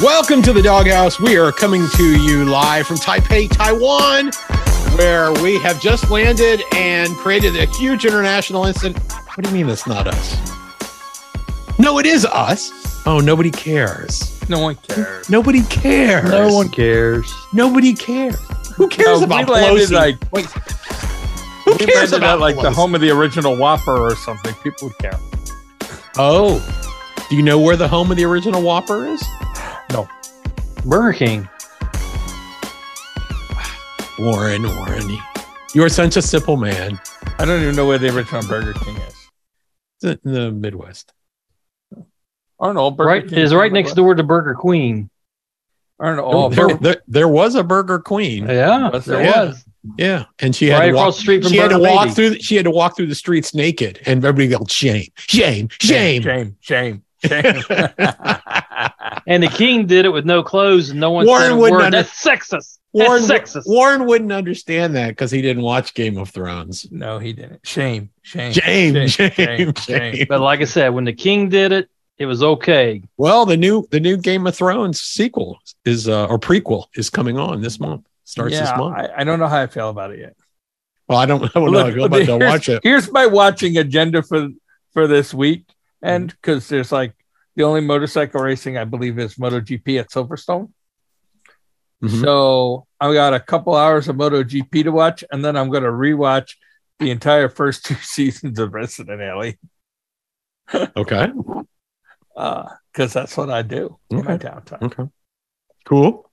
Welcome to the Doghouse. We are coming to you live from Taipei, Taiwan, where we have just landed and created a huge international incident. What do you mean that's not us? No, it is us. Oh, nobody cares. No one cares. Nobody cares. No one cares. Nobody cares. Who cares No, about we landed Pelosi? like Wait, who we cares landed about at like the Pelosi? home of the original Whopper or something. People would care. Oh, do you know where the home of the original Whopper is? Burger King. Warren, Warren, you are such a simple man. I don't even know where the original Burger King is. It's in the Midwest. Aren't all Burger right King is right next door to Burger Queen. Aren't all Oh, there, Burger there, there was a Burger Queen. Yeah, Was there there? was. Yeah, and she had Right to walk, across the street from she had Burger to walk Baby. through. She had to walk through the streets naked, and everybody yelled, "Shame, shame, shame!" Shame. Shame. Shame. And the king did it with no clothes and no one Warren said a wouldn't word. under- That's sexist. Warren, That's sexist. Warren wouldn't understand that because he didn't watch Game of Thrones. no, he didn't. Shame. Shame. Shame, shame, shame. Shame. Shame. But like I said, when the king did it, it was okay. Well, the new the new Game of Thrones sequel is uh, or prequel is coming on this month. Starts yeah, this month. I, I don't know how I feel about it yet. well, I don't, I don't know. I feel about to here's, watch it. here's my watching agenda for for this week, and because there's like the only motorcycle racing I believe is MotoGP at Silverstone. Mhm. So I've got a couple hours of MotoGP to watch, and then I'm going to rewatch the entire first two seasons of Resident Alley Okay. because uh, that's what I do in my downtime. Okay. Cool.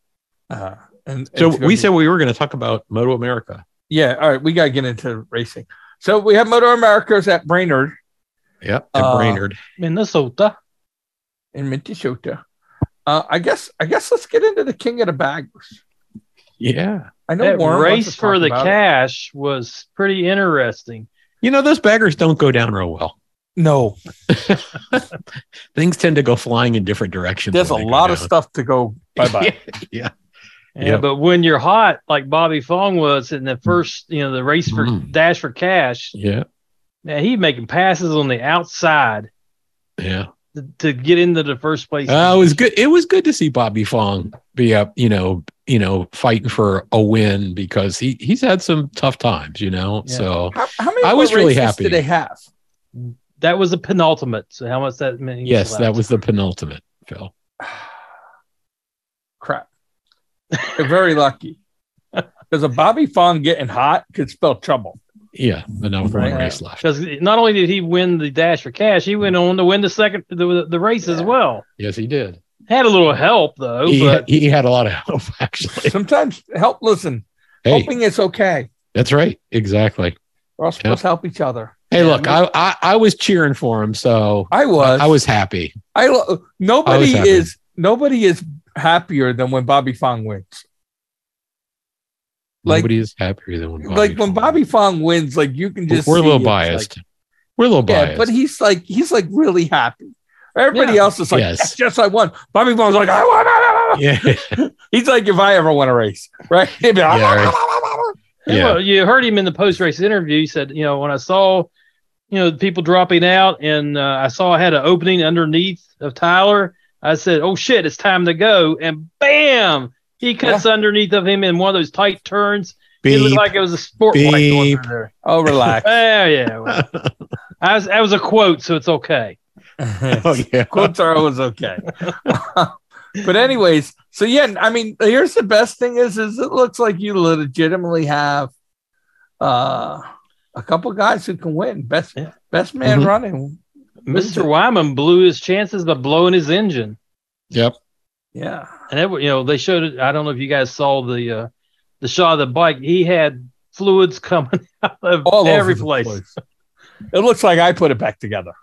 Uh, and So it's gonna we be- said we were going to talk about Moto America. yeah, all right, we got to get into racing. So we have Moto Americas at Brainerd. Yep. At Uh, Brainerd. Minnesota. in Minnesota. Uh, I guess I guess let's get into the king of the baggers. Yeah. I know That Warren wants to race for talk the about it. cash was pretty interesting. You know, those baggers don't go down real well. No, Things tend to go flying in different directions. there's a when they go lot of down. stuff to go bye bye. Yeah, Yep. but when you're hot like Bobby Fong was in the first, you know, the race for Mm. dash for cash, Yeah. man, he making passes on the outside Yeah. to, to get into the first place. Uh, it was good. It was good to see Bobby Fong be up, you know, you know, fighting for a win because he he's had some tough times, you know. Yeah. So How, how many? I more was really races happy. Do they have? That was a penultimate. So how much that means? yes, that left. was the penultimate, Phil. Crap. They're very lucky because a Bobby Fong getting hot could spell trouble. Yeah, the number one Right. race left. because not only did he win the dash for cash, he went on to win the second the, the race as Yeah. well. Yes, he did. Had a little help Oh, though, He, but he had a lot of help actually. Sometimes help. Listen, Hey, hoping it's okay. that's right. Exactly. We're all supposed to help each other. Hey, Yeah, look, me- I, I I was cheering for him, so I was. I was happy. I lo- nobody happy. is nobody is happier than when Bobby Fong wins. Like- Nobody is happier than when Bobby like Fong- when Bobby Fong wins, like you can just we're a see little it's biased. like- we're a little yeah, biased. but he's like he's like really happy. Everybody Yeah. else is like, Yes. yes. yes, I won. Bobby Fong's like, I won. I won, I won." yeah, He's like, if I ever won a race, right? He'd be like, Yeah, "I won, right. I won, I won." Yeah, Yeah. Well, you heard him in the post race interview. He said, you know, when I saw, you know, people dropping out and uh, I saw I had an opening underneath of Tyler, I said, oh shit, it's time to go. And bam, he cuts underneath of him in one of those tight turns. It beep. looked like it was a sport light going Beep. through there. Oh, relax. Oh, yeah. Well, I was, that was a quote, so it's okay. oh yeah, Quotes are always okay. but anyways, so yeah, I mean, here's the best thing is, is it looks like you legitimately have uh, a couple guys who can win. Best Yeah. best man Mhm. running. Mr. Wyman blew his chances by blowing his engine. yep. Yeah. And it, you know, they showed it. I don't know if you guys saw the uh, the shot of the bike. He had fluids coming out of All over every the place. place. It looks like I put it back together.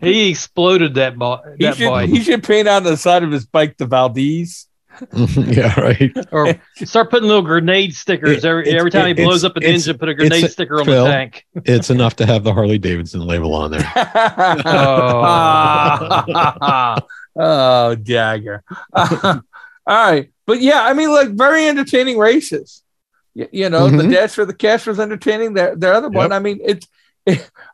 He exploded that, bo- He that should, bike. he should paint on the side of his bike the Valdez. yeah, right. Or start putting little grenade stickers It- every it's- every time he it's- blows up an it's- engine. Put a grenade it's- sticker on Phil. the tank. It's enough to have the Harley Davidson label on there. Ah. oh, dagger. all right. But yeah, I mean, like very entertaining races. Y- you know, the Mhm. dash for the cash was entertaining. The, the other one, I mean, it's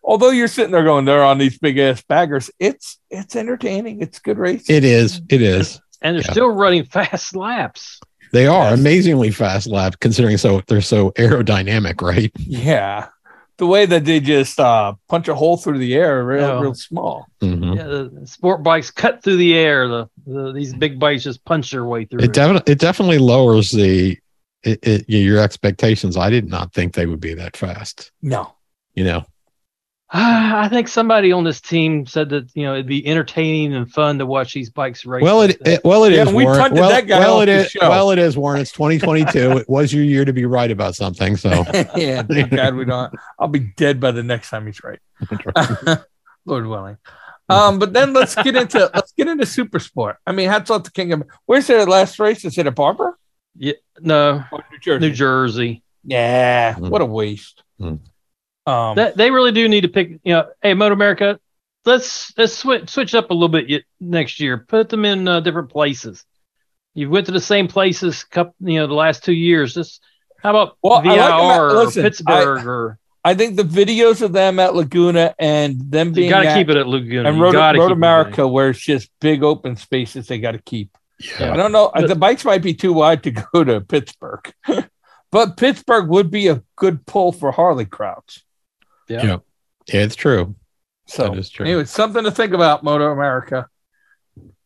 although you're sitting there going, they're on these big ass baggers. It's it's entertaining. It's good racing. It is. It is. and they're Yeah. still running fast laps. They are Yes. amazingly fast lap considering so they're so aerodynamic, right? yeah, the way that they just uh, punch a hole through the air, real Yeah. real small. Mhm. Yeah, the sport bikes cut through the air. The, the these big bikes just punch their way through. It definitely it definitely lowers the it, it, your expectations. I did not think they would be that fast. No, You know, I think somebody on this team said that you know it'd be entertaining and fun to watch these bikes race. well like it, that. it well it is Yeah, we Warren. punted well, that guy well off it the is show. well it is Warren. It's 2022. it was your year to be right about something. So yeah, thank God we don't. I'll be dead by the next time he's right. Lord willing. Um, but then let's get into let's get into super sport. I mean, hats off to Kingdom. Where's their last race? Is it at Barber? no, Or New Jersey? Oh, New Jersey. Yeah. Mm. What a waste. Mm. Um, That, they really do need to pick. You know, hey, Moto America, let's let's switch switch up a little bit y- next year. Put them in uh, different places. You went to the same places, couple, you know, the last two years. Just how about Well, I like VIR them at- or listen, I- Pittsburgh or I think the videos of them at Laguna and them being you got to at- keep it at Laguna. and You Road, gotta Road keep it there. America, where it's just big open spaces they got to keep. I yeah. don't know. But- the bikes might be too wide to go to Pittsburgh, but Pittsburgh would be a good pull for Harley crowds. Yeah. Yeah. yeah, it's true. So That is true. anyway, it's something to think about, Moto America.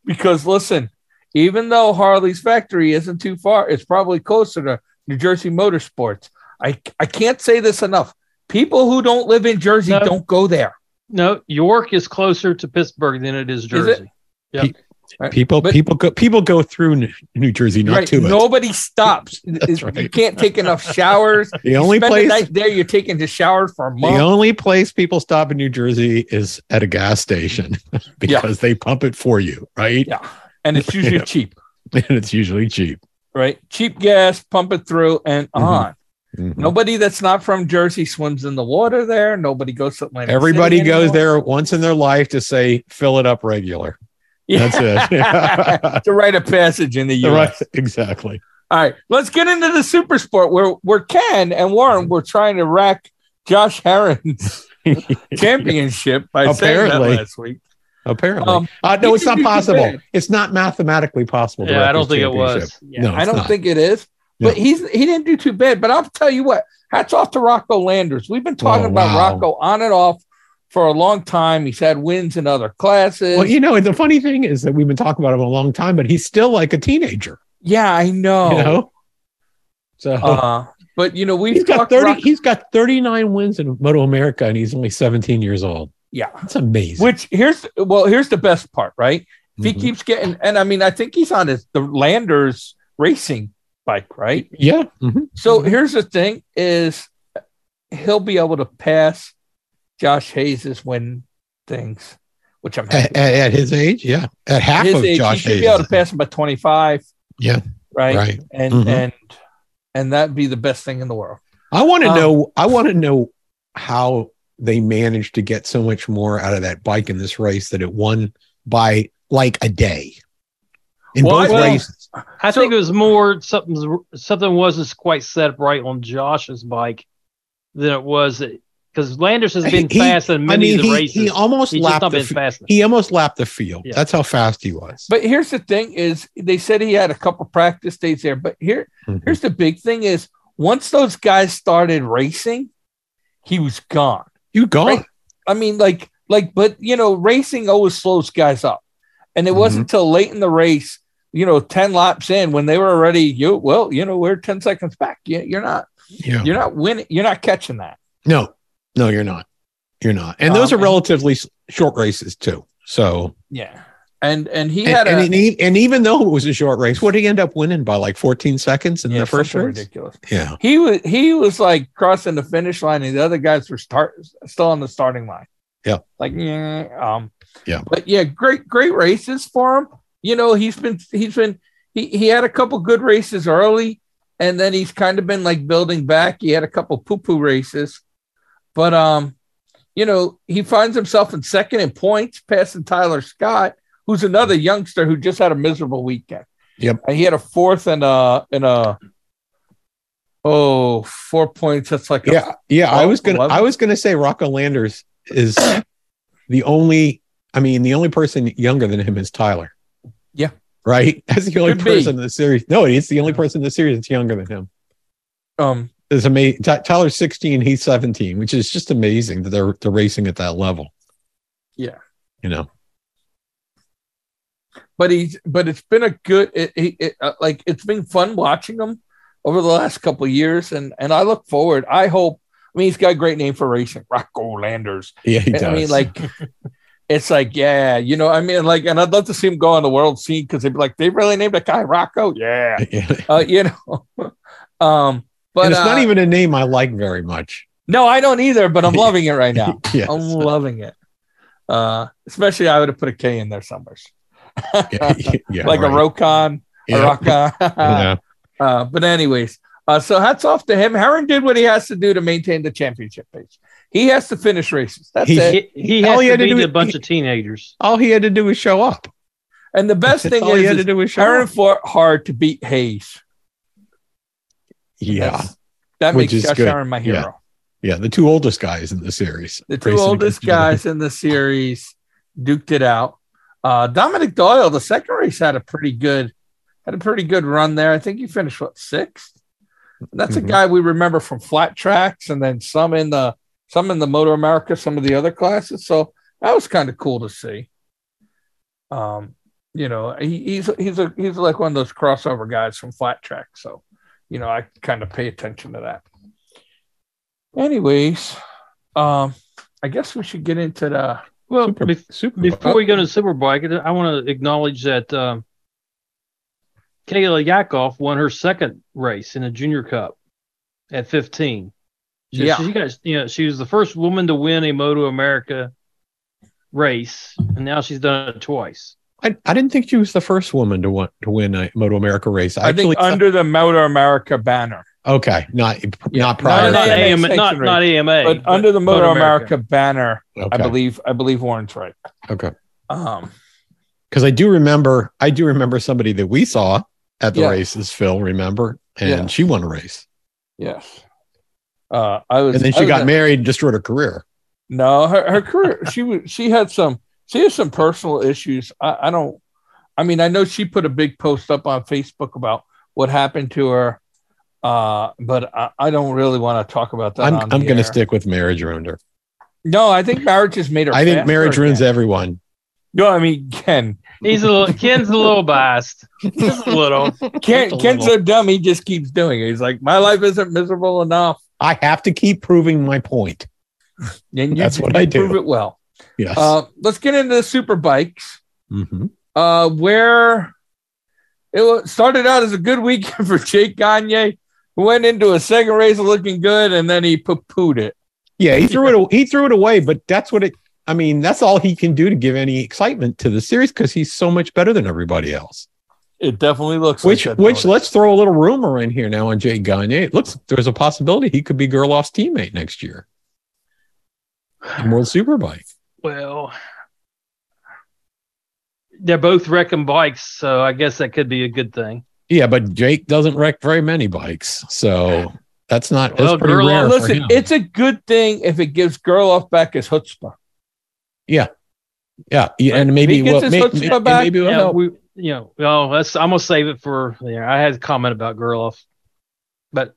Because listen, even though Harley's factory isn't too far, it's probably closer to New Jersey Motorsports. I I can't say this enough. People who don't live in Jersey No. don't go there. No, York is closer to Pittsburgh than it is Jersey. Yeah. Pe- People But- people go people go through New- New Jersey, not right? to it. Nobody stops. That's You right. can't take enough showers. The You only spend place the night there, you're taking the shower for a The month. only place people stop in New Jersey is at a gas station because they pump it for you, right? Yeah. And it's usually Yeah. cheap, And it's usually cheap. right? Cheap gas, pump it through and Mhm. on. Mhm. Nobody that's not from Jersey swims in the water there. Nobody goes to Atlantic. Everybody City goes anymore. there once in their life to say, fill it up regular. Yeah. That's it. to write a passage in the U.S. right. Exactly. All right, let's get into the super sport where where Ken and Warren were trying to rack Josh Heron's championship by saying Apparently. that last week. Apparently. Um, uh, no, he it's not didn't do too possible. bad. It's not mathematically possible. to Yeah, wrap I don't this think it championship. was. No, I it's don't not. think it is, but No. he's he didn't do too bad. But I'll tell you what, hats off to Rocco Landers. We've been talking Oh, about wow. Rocco on and off for a long time. He's had wins in other classes. Well, you know, and the funny thing is that we've been talking about him a long time, but he's still like a teenager, yeah, I know. you know? So Oh. Uh, but you know, we've he's got talked 30 Rocco- he's got 39 wins in moto america and he's only 17 years old yeah. that's amazing Which here's well, here's the best part, right? If he Mhm. keeps getting, and I mean, I think he's on his the Landers racing bike, right? yeah mhm. So Mhm. here's the thing: is he'll be able to pass Josh Hayes's win things, which I'm happy. at, at- at his age yeah at half His of age, josh he should be able to Hayes. pass him by 25. Yeah. right, right and Mhm. and and that'd be the best thing in the world. i want to Um, know i want to know how they managed to get so much more out of that bike in this race that it won by like a day in Well, both I- well, races I So- think it was more something something wasn't quite set up right on Josh's bike than it was because Landers has been He- fast in i many mean of the he, races. he almost He's just lapped not the been f- fast. enough. he almost lapped the field Yeah. that's how fast he was But here's the thing: is they said he had a couple practice days there, but here Mhm. Here's the big thing is once those guys started racing, he was gone. you gone Right. I mean, like, like, but you know, racing always slows guys up. And it wasn't Mm-hmm. until late in the race, you know, 10 laps in when they were already, you well, you know, we're 10 seconds back. You, you're not, yeah you're not winning, you're not catching that. No, no, you're not. You're not. And those Um, are relatively s short races too. So, Yeah. And and he and, had a and, e- and even though it was a short race, what did he end up winning by like 14 seconds in yeah, the first something race? ridiculous. Yeah. He was he was like crossing the finish line, and the other guys were start still on the starting line. Yeah. like yeah, um, Yeah. But yeah, great great races for him. You know, he's been he's been he he had a couple good races early, and then he's kind of been like building back. He had a couple poo poo races, but um, you know, he finds himself in second in points, passing Tyler Scott, who's another youngster who just had a miserable weekend. Yep. And he had a fourth and a and a Oh, four points. That's like a- yeah, yeah. I was gonna, 11. I was gonna say Rocco Landers is the only. I mean, the only person younger than him is Tyler. Yeah. Right. That's the only Could be. person in the series. No, it's the only person in the series that's younger than him. um It's amazing. Ty Tyler's sixteen. He's seventeen, which is just amazing that they're they're racing at that level. Yeah. You know. but he's but it's been a good it, it, it, uh, like it's been fun watching him over the last couple of years and and i look forward i hope i mean he's got a great name for racing rocco landers Yeah, he does. i mean like it's like yeah you know i mean like and i'd love to see him go on the world scene because they'd be like they really named a guy rocco yeah Yeah. uh, you know um but and it's not uh, even a name I like very much. no i don't either but i'm loving it right now Yes. i'm loving it uh especially i would have put a k in there somewhere yeah, like right. a rokon Yeah. a rocon Yeah. Uh, but anyways, uh, so hats off to him. Heron did what he has to do to maintain the championship pace. He has to finish races. That's He- it. He, he All has he to had to beat do- a bunch he- of teenagers. All he had to do was show up. And the best That's thing all he is, had to is do was show Heron up. fought hard to beat Hayes. Yeah. That's- that Which is makes Josh good. Heron my hero. Yeah. Yeah, the two oldest guys in the series. The two Racing oldest against each other. guys in the series duked it out. Uh, Dominic Doyle, the second race had a pretty good had a pretty good run there. I think he finished what sixth. And that's Mhm. a guy we remember from flat tracks and then some in the some in the Motor America, some of the other classes. So that was kind of cool to see. Um, you know, he, he's he's a he's like one of those crossover guys from flat track. So, you know, I kind of pay attention to that. Anyways, um, I guess we should get into the Well, Super- bef- Super before we go to Superbike, I want to acknowledge that um, Kayla Yakov won her second race in the Junior Cup at 15. She, Yeah. she got you know she was the first woman to win a Moto America race, and now she's done it twice. I, I didn't think she was the first woman to want to win a Moto America race. I Actually, uh, think under the Motor America banner. okay, not not Not prior. to an Not, that. AMA AMA, sanction not, race, not AMA, but under the Motor Motor America, America. banner, okay, I believe I believe Warren's right. okay, Um, because I do remember I do remember somebody that we saw at the Yeah. races. Phil, remember, and Yeah. she won a race, yes. Uh, I was, and then I she was got a- married, and destroyed her career. No, her, her career. she was. She had some. She has some personal issues. I, I don't. I mean, I know she put a big post up on Facebook about what happened to her, uh, but I, I don't really want to talk about that. I'm on I'm the going to air. stick with marriage ruined her. No, I think marriage has made her. I think faster marriage ruins again. everyone. No, I mean Ken. He's a little, Ken's a little biased, just a little. Ken Just a Ken's little. so dumb. He just keeps doing it. He's like, my life isn't miserable enough, I have to keep proving my point. and you, That's what you I do. Prove it well. Yes. Uh, let's get into the super bikes. Mhm. uh, where it wa- started out as a good weekend for Jake Gagne, who went into a second race looking good, and then he poo-pooed it. Yeah, he threw it. He threw it away. But that's what it. I mean, that's all he can do to give any excitement to the series because he's so much better than everybody else. It definitely looks Which, like that, which, though. let's throw a little rumor in here now on Jay Gagne. It looks there's a possibility he could be Gerloff's teammate next year in World Superbike. Well, they're both wrecking bikes, so I guess that could be a good thing. Yeah, but Jake doesn't wreck very many bikes, so that's not that's Well, pretty Gerloff- rare. for listen. him. It's a good thing if it gives Gerloff back his chutzpah. yeah, yeah, and He maybe gets well, his may, chutzpah may- and back. maybe it'll Yeah, help. we, you know, well, that's, I'm gonna save it for. Yeah, I had a comment about Gerloff, but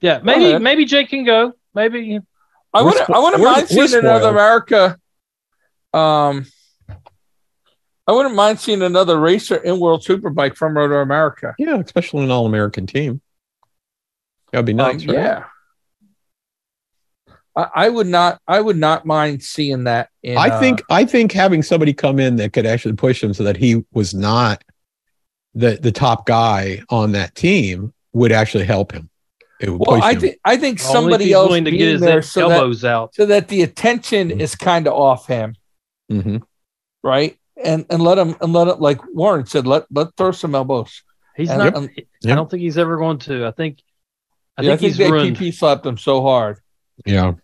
yeah, maybe ahead. maybe Jake can go. Maybe I We're would spo- I wouldn't we're- mind we're seeing another spoiled. America. Um, I wouldn't mind seeing another racer in World Superbike from Roto America. yeah, especially an all-American team. That'd be nice, Um, right? Yeah. I, I would not. I would not mind seeing that. In, I uh, think I think having somebody come in that could actually push him so that he was not the the top guy on that team would actually help him. It would Well, push I him. think. I think only if somebody he's else willing to being get his there so that, elbows out. so that the attention Mhm. is kind of off him, Mhm. right? And and let him and let it like Warren said. Let let throw some elbows. He's And- not. um, yeah. I don't think he's ever going to. I think. I Yeah, think he's that ruined. PP slapped him so hard. Yeah.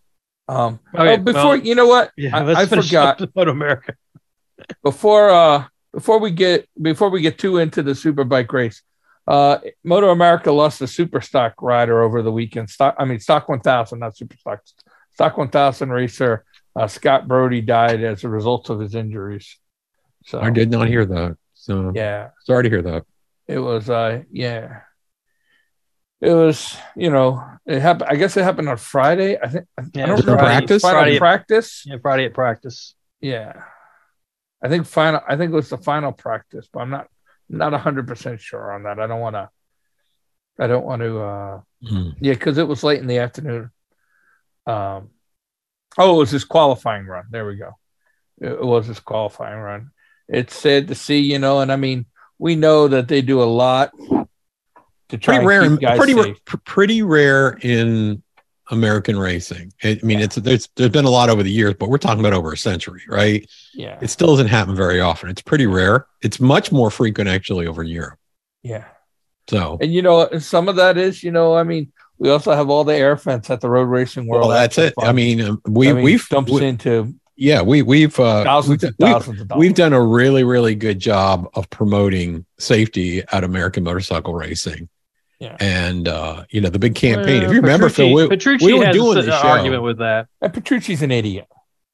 Um, Okay, oh, before well, you know what, yeah, I- let's I finish forgot. up about America. before uh before we get before we get too into the superbike race Uh, Moto America lost a super stock rider over the weekend. Stock, I mean, stock 1000, not super stock. Stock 1000 racer uh, Scott Brody died as a result of his injuries. So, I did not hear that. So yeah, sorry to hear that. it was, uh, yeah, it was, you know, it happened. I guess it happened on Friday. I think, I Yeah, don't Friday- remember. practice? Final Friday- practice. Yeah, Friday at practice. Yeah. I think final I think it was the final practice, but I'm not not hundred percent sure on that. I don't wanna I don't want to uh Mm. yeah, because it was late in the afternoon. Um oh it was his qualifying run. There we go. It, it was his qualifying run. It's sad to see, you know, and I mean we know that they do a lot to Pretty try and rare. keep in- guys Pretty ra- safe. pr- pretty rare in American racing. I I mean, it's there's there's been a lot over the years, but we're talking about over a century, right? yeah. It still doesn't happen very often. It's pretty rare. It's much more frequent actually over in Europe. Yeah. So And you know, some of that is, you know, I mean, we also have all the air fence at the road racing world. well, that's Action it. Fund. I mean, um, we I mean, we've dumps we- into yeah we we've uh, thousands we've, and we've- 1000s of dollars. we've done a really really good job of promoting safety at american motorcycle racing Yeah. and uh you know the big campaign if you Well, remember phil we, Petrucci we were has doing an the show. argument with that. and Petrucci's an idiot.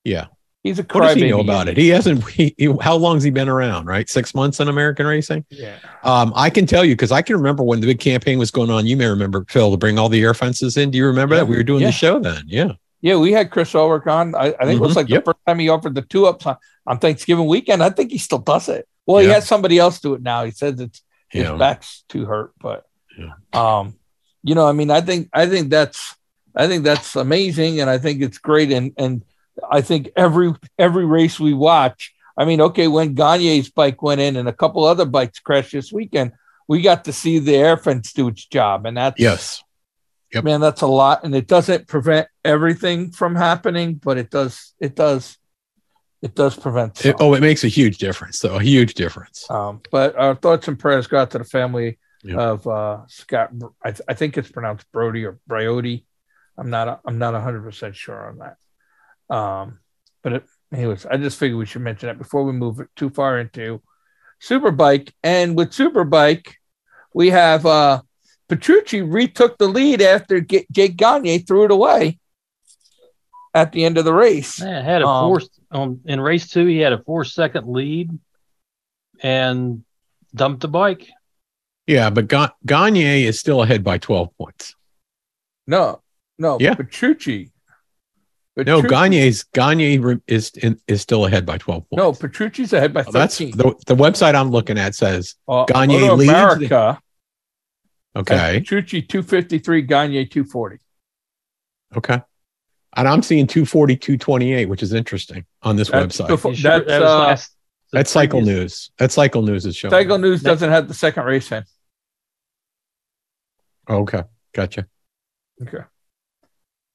Yeah. he's a what does he crybaby. know about it he hasn't he, he- how long's he been around right six months in american racing Yeah, um i can tell you because i can remember when the big campaign was going on you may remember phil to bring all the air fences in do you remember Yeah. that we were doing Yeah. the show then yeah yeah. We had Chris Ulrich on. I, I think it was Mhm. like Yep. the first time he offered the two ups on, on Thanksgiving weekend. I think he still does it. Well, he Yeah. has somebody else do it now. He says it's his yeah back's too hurt, but Yeah. um, you know, I mean, I think I think that's I think that's amazing, and I think it's great, and and I think every every race we watch, I mean, okay, when Gagne's bike went in and a couple other bikes crashed this weekend, we got to see the air fence do its job, and that's yes Yep. man, that's a lot, and it doesn't prevent everything from happening, but it does it does it does prevent. It- some. oh it makes a huge difference though a huge difference Um, but our thoughts and prayers go out to the family Yeah. of uh, Scott. Br- I, th- I think it's pronounced Brody or Brody. I'm not. A, I'm not 100 percent sure on that. Um, but it, anyways, I just figured we should mention that before we move it too far into Superbike. And with Superbike, we have uh, Petrucci retook the lead after G- Jake Gagne threw it away at the end of the race. Man, had a Um, four um, in race two. He had a four second lead and dumped the bike. Yeah, but Ga- Gagne is still ahead by 12 points. No, no, Yeah. Petrucci. No, Petrucci- Gagne's Gagne re- is in, is still ahead by 12 points. No, Petrucci's ahead by 13. Oh, that's the, the website I'm looking at says uh, Gagne Moto leads. America, okay, and Petrucci 253, Gagne 240. okay, and I'm seeing 240, 228, which is interesting on this That's website. before- He sure- that's, uh, the That's Cycle previous- News. That's Cycle News is showing. Cycle News That- doesn't have the second race in. Okay, gotcha. Okay.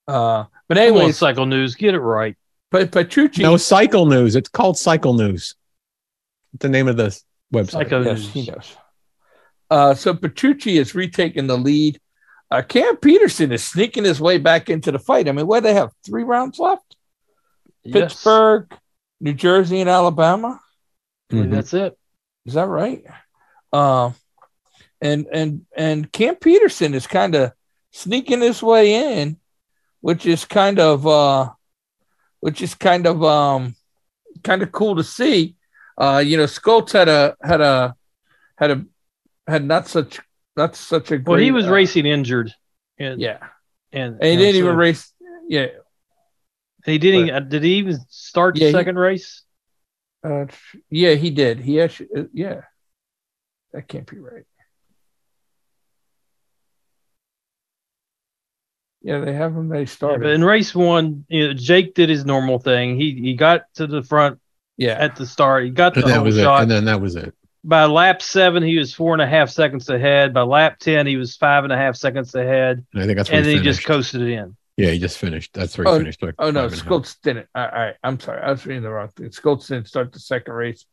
Uh, but Come on, anyways, Cycle News, get it right. Pe- Petrucci. No, Cycle News. It's called Cycle News. The name of the website. Cycle yes, News. he knows. Uh, so Petrucci is retaking the lead. Uh, Cam Peterson is sneaking his way back into the fight. I mean, where they have three rounds left? Yes. Pittsburgh, New Jersey, and Alabama. Mhm. That's it. Is that right? Um, and and and Cam Peterson is kind of sneaking his way in, which is kind of uh, which is kind of um, kind of cool to see. Uh, you know, Skoltz had a had a had a had not such not such a great, Well, he was uh, racing injured. And, Yeah, and, and he didn't so- even race. Yeah, He didn't. uh, did he even start Yeah, the he- second race? uh, yeah, he did. He actually, uh, yeah, that can't be right. Yeah, they have him. They Yeah, but started. in race one, you know, Jake did his normal thing. He he got to the front Yeah, at the start. He got the And that home was it. shot. And then that was it. By lap seven, he was four and a half seconds ahead. By lap ten, he was five and a half seconds ahead, And I think that's where and he then he finished. just coasted it in. yeah, he just finished. That's where he Oh, finished. like, Oh no, five and a half. Schultz didn't. All all right, I'm sorry, I was reading the wrong thing. Schultz didn't start the second race,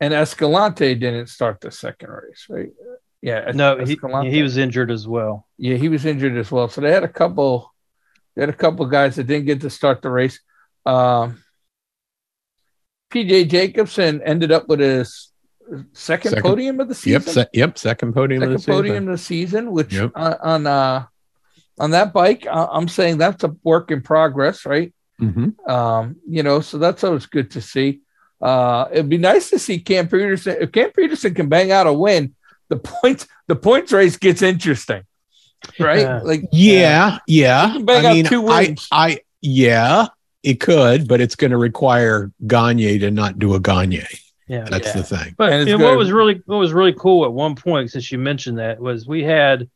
and Escalante didn't start the second race, right? Yeah, Es- No, he, Escalante. he was injured as well. Yeah, he was injured as well. So they had a couple, they had a couple guys that didn't get to start the race. Um, PJ Jacobson ended up with his second, Second. podium of the season. Yep, se- yep. Second podium. second of the season. podium of the season, which Yep. uh, on uh, on that bike, uh, I'm saying that's a work in progress, right? Mhm. Um, you know, so that's always good to see. Uh, it'd be nice to see Cam Peterson. If Cam Peterson can bang out a win, the points the points race gets interesting, right? Yeah. Like Yeah, yeah. can bang I out mean, two I, wins. I, yeah, it could, but it's going to require Gagne to not do a Gagne. Yeah. That's yeah. the thing. But And it's and gonna- what was really what was really cool at one point, since you mentioned that, was we had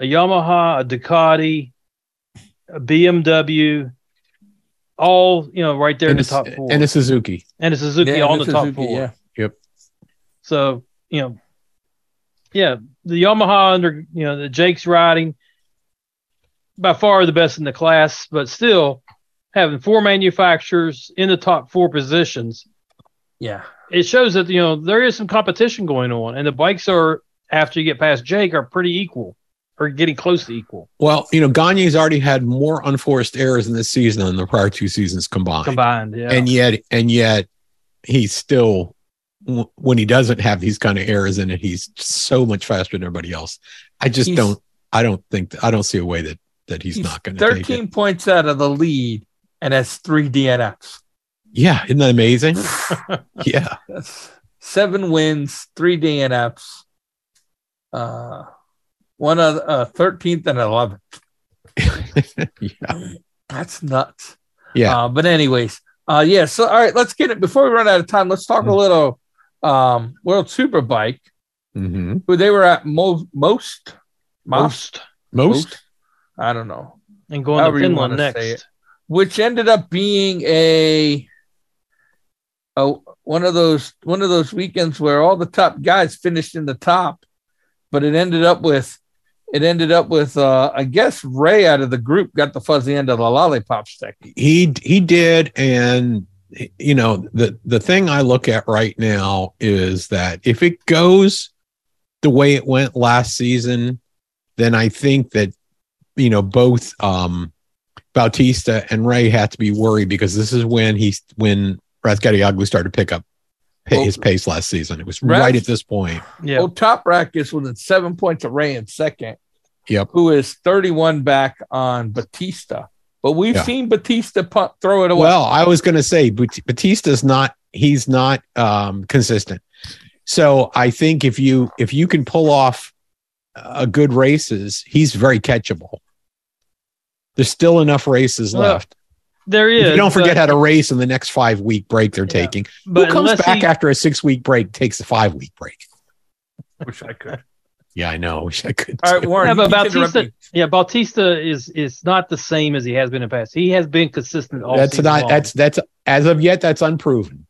a Yamaha, a Ducati, a BMW, all you know, right there in And, the it's- top four, and a Suzuki. and a Suzuki Yeah, all in this the top Suzuki, four. yeah. So you know, yeah, the Yamaha under you know the Jake's riding by far the best in the class, but still having four manufacturers in the top four positions Yeah. it shows that you know there is some competition going on, and the bikes are after you get past Jake are pretty equal or getting close to equal Well, you know, Gagne's already had more unforced errors in this season than the prior two seasons combined. combined. Yeah, And yet, and yet, he's still, w- when he doesn't have these kind of errors in it, he's so much faster than everybody else. I just He's- don't, I don't think, I don't see a way that, that he's, He's not going to take it. 13 points out of the lead and has three DNFs. Yeah. Isn't that amazing? yeah. That's seven wins, three DNFs, uh, one other, uh, 13th and 11th. yeah. That's nuts. Yeah. Uh, but anyways, uh, yeah. So all right, let's get it. Before we run out of time, let's Mm-hmm. talk a little um, World Superbike, hmm who they were at mo- most, most Most, I don't know, and going However to you Finland wanna say it. next. which ended up being a, a one of those one of those weekends where all the top guys finished in the top, but it ended up with it ended up with uh, I guess Ray out of the group got the fuzzy end of the lollipop stick. he he did and you know the the thing i look at right now is that if it goes the way it went last season then i think that you know both um bautista and ray had to be worried because this is when he when Razgadioglu started to pick up pa- Well- his pace last season it was Raz- right at this point Yeah, Well, Top Rack is within seven points of Ray in second. Yep. Who is 31 back on Batista. But we've Yeah. seen Batista punt, throw it away. Well, I was going to say Bat- Batista's not he's not um, consistent. So I think if you if you can pull off a good races, he's very catchable. There's still enough races Well, left. there If is. you don't forget but, how to race in the next five week break they're Yeah. taking. Who but comes unless back he- after a six week break takes a five week break? wish I could. Yeah, I know. I wish I could. All right, too. Warren. Yeah, but you can interrupt Bautista- me. yeah, Bautista is is not the same as he has been in the past. He has been consistent all that's season not long. that's that's as of yet that's unproven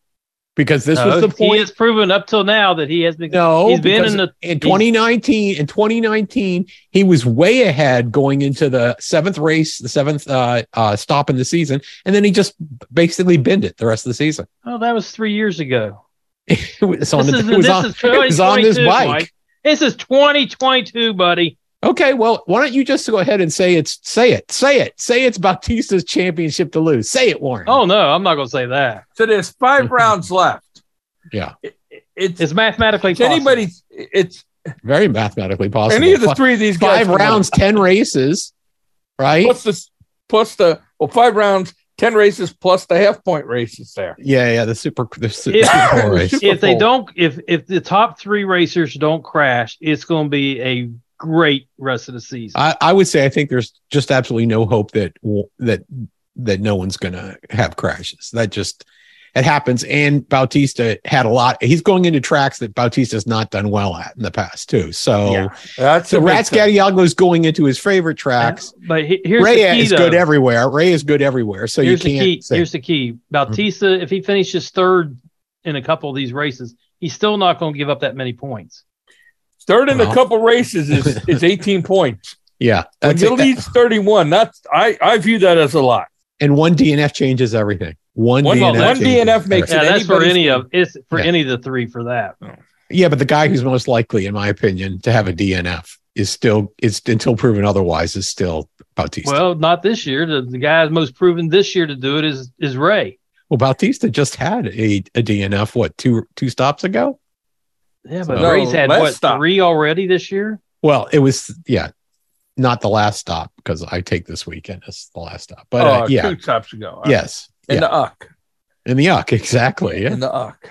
because this was No, the point. He has proven up till now that he has been. no, he's been because in the in 2019 in 2019 he was way ahead going into the seventh race the seventh uh, uh stop in the season and then he just basically binned it the rest of the season oh, that was three years ago. it was on, the, is- it was this on, is it was on this 2022, bike Mike. This is 2022, buddy. okay well why don't you just go ahead and say it's say it say it say it's bautista's championship to lose say it warren Oh no, I'm not going to say that. So there's five rounds left. Yeah. It- it's, It's mathematically it's anybody. It's very mathematically possible any of the Fi- three of these guys. five can win. rounds 10 races right plus the plus the well five rounds, ten races plus the half point races there. yeah yeah the super the su- If- super race. Super If they Bowl. don't, if if the top three racers don't crash, it's going to be a great rest of the season. I, I would say I think there's just absolutely no hope that that that no one's going to have crashes. That just it happens. And Bautista had a lot. He's going into tracks that Bautista's not done well at in the past too. So Yeah. That's so a big thing. Ratsgadiago is going into his favorite tracks. But he- here's Ray the key, is though. good everywhere. Ray is good everywhere. So here's you the key. can't say Mm-hmm. Here's the key. Bautista, if he finishes third in a couple of these races, he's still not going to give up that many points. Third in a Well. couple races is is eighteen points. yeah. When That's it. you lead thirty one, that's I I view that as a lot. and one DNF changes everything. One, One- DNF, one changes DNF everything. makes- Yeah, Did that's for anybody- any of it's for Yeah. any of the three for that. Yeah, but the guy who's most likely, in my opinion, to have a DNF is still is until proven otherwise is still Bautista. Well, not this year. The, the guy most proven this year to do it is is Ray. Well, Bautista just had a, a DNF what two two stops ago. Yeah, but No, Ray's had let's what stop. three already this year? Well, it was yeah, not the last stop because I take this weekend as the last stop. But uh, Oh, yeah, two stops ago. yes, in yeah, the uck, in the yuck, exactly. Yeah. in the uck.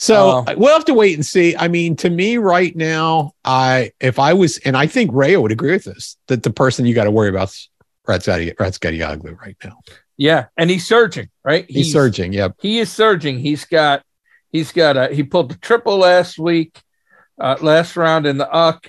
So Um, we'll have to wait and see. I mean, to me right now, I if I was, and I think Rayo would agree with this, that the person you got to worry about is Ratsgadi Ratsgadioglu right now. Yeah, and he's surging, right? He's, surging. Yep. He is surging. He's got, he's got a. He pulled the triple last week, uh, last round in the uck.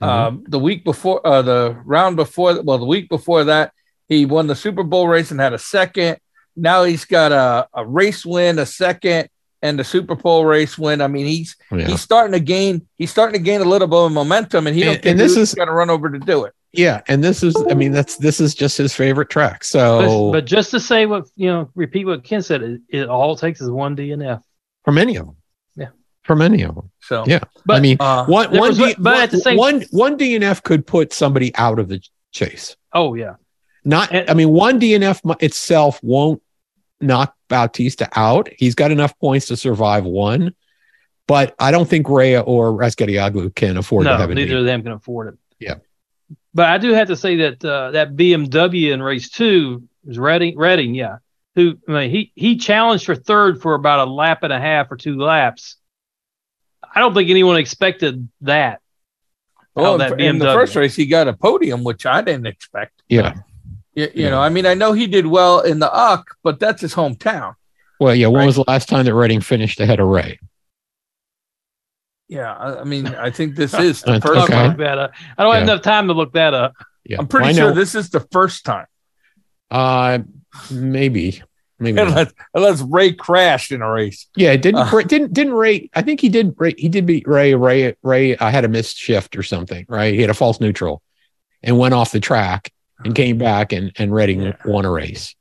Mm-hmm. Um, the week before, uh, the round before, well, the week before that, he won the Super Bowl race and had a second. Now he's got a, a race win, a second, and the Super Bowl race win. I mean, he's Mhm. yeah. he's starting to gain. He's starting to gain a little bit of momentum, and he don't And- and this is- going to run over to do it. yeah. And this is, I mean, that's this is just his favorite track. But, So but just to say what you know, repeat what Ken said. It, it all it takes is one DNF. from any of them, Yeah. from any of them. So Yeah. But I mean, uh, one There one, was- D, but one, at the same- one one DNF could put somebody out of the chase. oh yeah, Not, And- I mean, one DNF mu- itself won't knock Bautista out. He's got enough points to survive one, but I don't think Rea or Rascadioglu can afford to no, have E. a neither knee. of them can afford it. Yeah. but I do have to say that uh, that BMW in race two was Redding. Redding, yeah. Who I mean, he he challenged for third for about a lap and a half or two laps. I don't think anyone expected that. well, Oh, that in the BMW. first race, he got a podium, which I didn't expect. Yeah. You, you Yeah. know, I mean, I know he did well in the Uck, but that's his hometown. Well, yeah. When Right. was the last time that Redding finished ahead of Ray? Yeah, I, I mean, I think this is the That's first okay. time. Look that up. I don't have Yeah. enough time to look that up. Yeah. I'm pretty I sure know. this is the first time, Uh, maybe, maybe. not. unless, unless Ray crashed in a race. Yeah, it didn't Uh. Bra- didn't didn't Ray? I think he did. Ray, he did beat Ray. Ray Ray. I had a missed shift or something. Right, he had a false neutral, and went off the track and came back and and Redding Oh. Yeah. won a race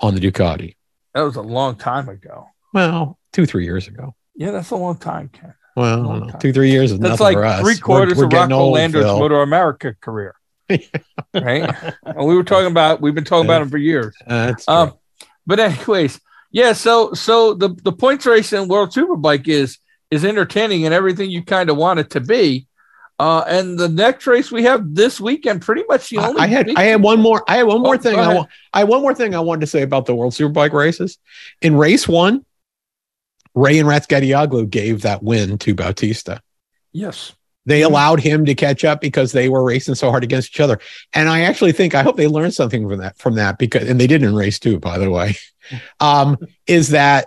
on the Ducati. That was a long time ago. Well, two three years ago. Yeah, that's a long time, Ken. Well, I Long don't know. time. two three years is That's nothing like for us. three We're- quarters we're of getting Rocco old, Lander's Phil. Motor America career. right? And we were talking about we've been talking about him for years. Uh, that's true. Um, but anyways, yeah. So so the the points race in World Superbike is is entertaining and everything you kind of want it to be. Uh, and the next race we have this weekend, pretty much the I- only I had big- I had one more I had one more Oh, thing go I ahead. want I had one more thing I wanted to say about the World Superbike races. In race one, Ray and Ratsgadioglu gave that win to Bautista. yes. They Mhm. Mm-hmm. allowed him to catch up because they were racing so hard against each other. And I actually think I hope they learned something from that from that because and they did in race two, by the way. Um, is that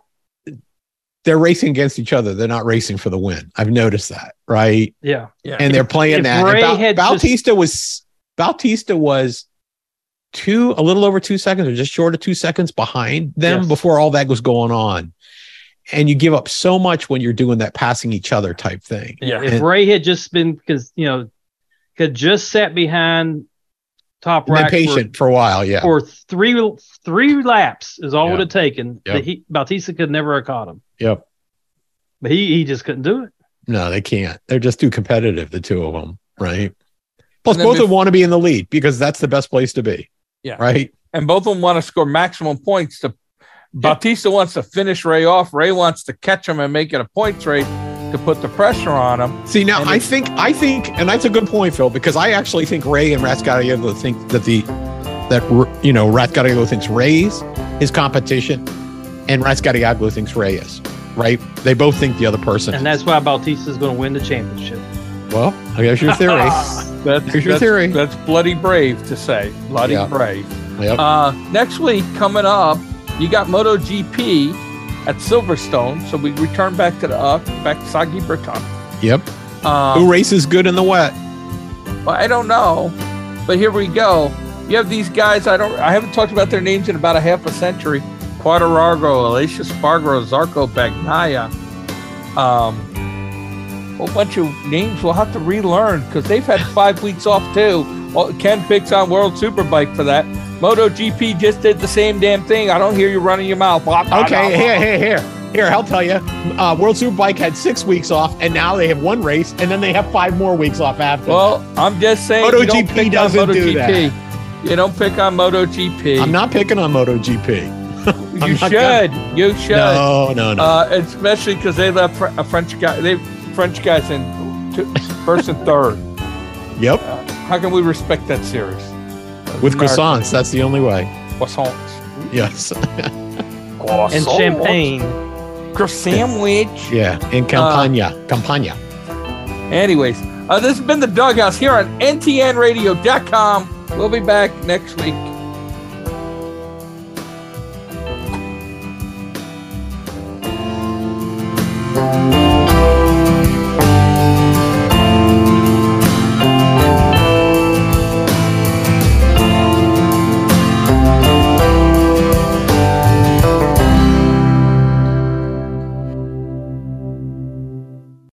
they're racing against each other. They're not racing for the win. I've noticed that, right? Yeah. Yeah. and they're playing if that. And Ray Bau- had just- Bautista was Bautista was two, a little over two seconds, or just short of two seconds behind them Yes. before all that was going on. And you give up so much when you're doing that passing each other type thing. Yeah. If Ray had just been, because you know, could just sat behind top And been rack patient for a while, yeah. for, for three three laps is all Yeah. it had taken. Yeah. that He, Bautista could never have caught him. Yep. But he he just couldn't do it. No, they can't. They're just too competitive, the two of them, right? Plus, And then both of bef- them want to be in the lead because that's the best place to be. Yeah. Right. and both of them want to score maximum points. To Bautista wants to finish Ray off. Ray wants to catch him and make it a points race to put the pressure on him. See now, And I it's- think I think, and that's a good point, Phil, because I actually think Ray and Rascadiego think that the that you know Rascadiego thinks Ray's his competition, and Rascadiego thinks Ray is right. They both think the other person. And that's why Bautista's going to win the championship. well, I guess your theory. That's, Here's your that's- theory. That's bloody brave to say. Bloody Yeah. brave. yep. Uh, next week, coming up, you got MotoGP at Silverstone. So we return back to the up, back to Sagi Briton. yep. Uh, Who races good in the wet? I don't know, but here we go. You have these guys. I don't. I haven't talked about their names in about a half a century. Quadrago, Alicia Spargo, Zarco Bagnaia. Um, a whole bunch of names we'll have to relearn because they've had five weeks off too. Well, Ken picks on World Superbike for that. MotoGP just did the same damn thing. I don't hear you running your mouth. Blah, blah, blah, Okay, blah. here, here, here, here. I'll tell you. Uh, World Superbike had six weeks off, and now they have one race, and then they have five more weeks off after. Well, I'm just saying. you don't MotoGP pick on doesn't do MotoGP. You don't pick on MotoGP. I'm not picking on MotoGP. you I'm not should. Uh, You should. No, no, no. Uh, especially because they left Fr- a French guy. They French guys in t- first and third. Yep. Uh, how can we respect that series? With American croissants, that's the only way. Croissants. Yes. Croissants. and champagne. Croissant sandwich. Yeah. In Campania. Campania. Anyways, uh, this has been the Dughouse here on ntnradio.com. We'll be back next week.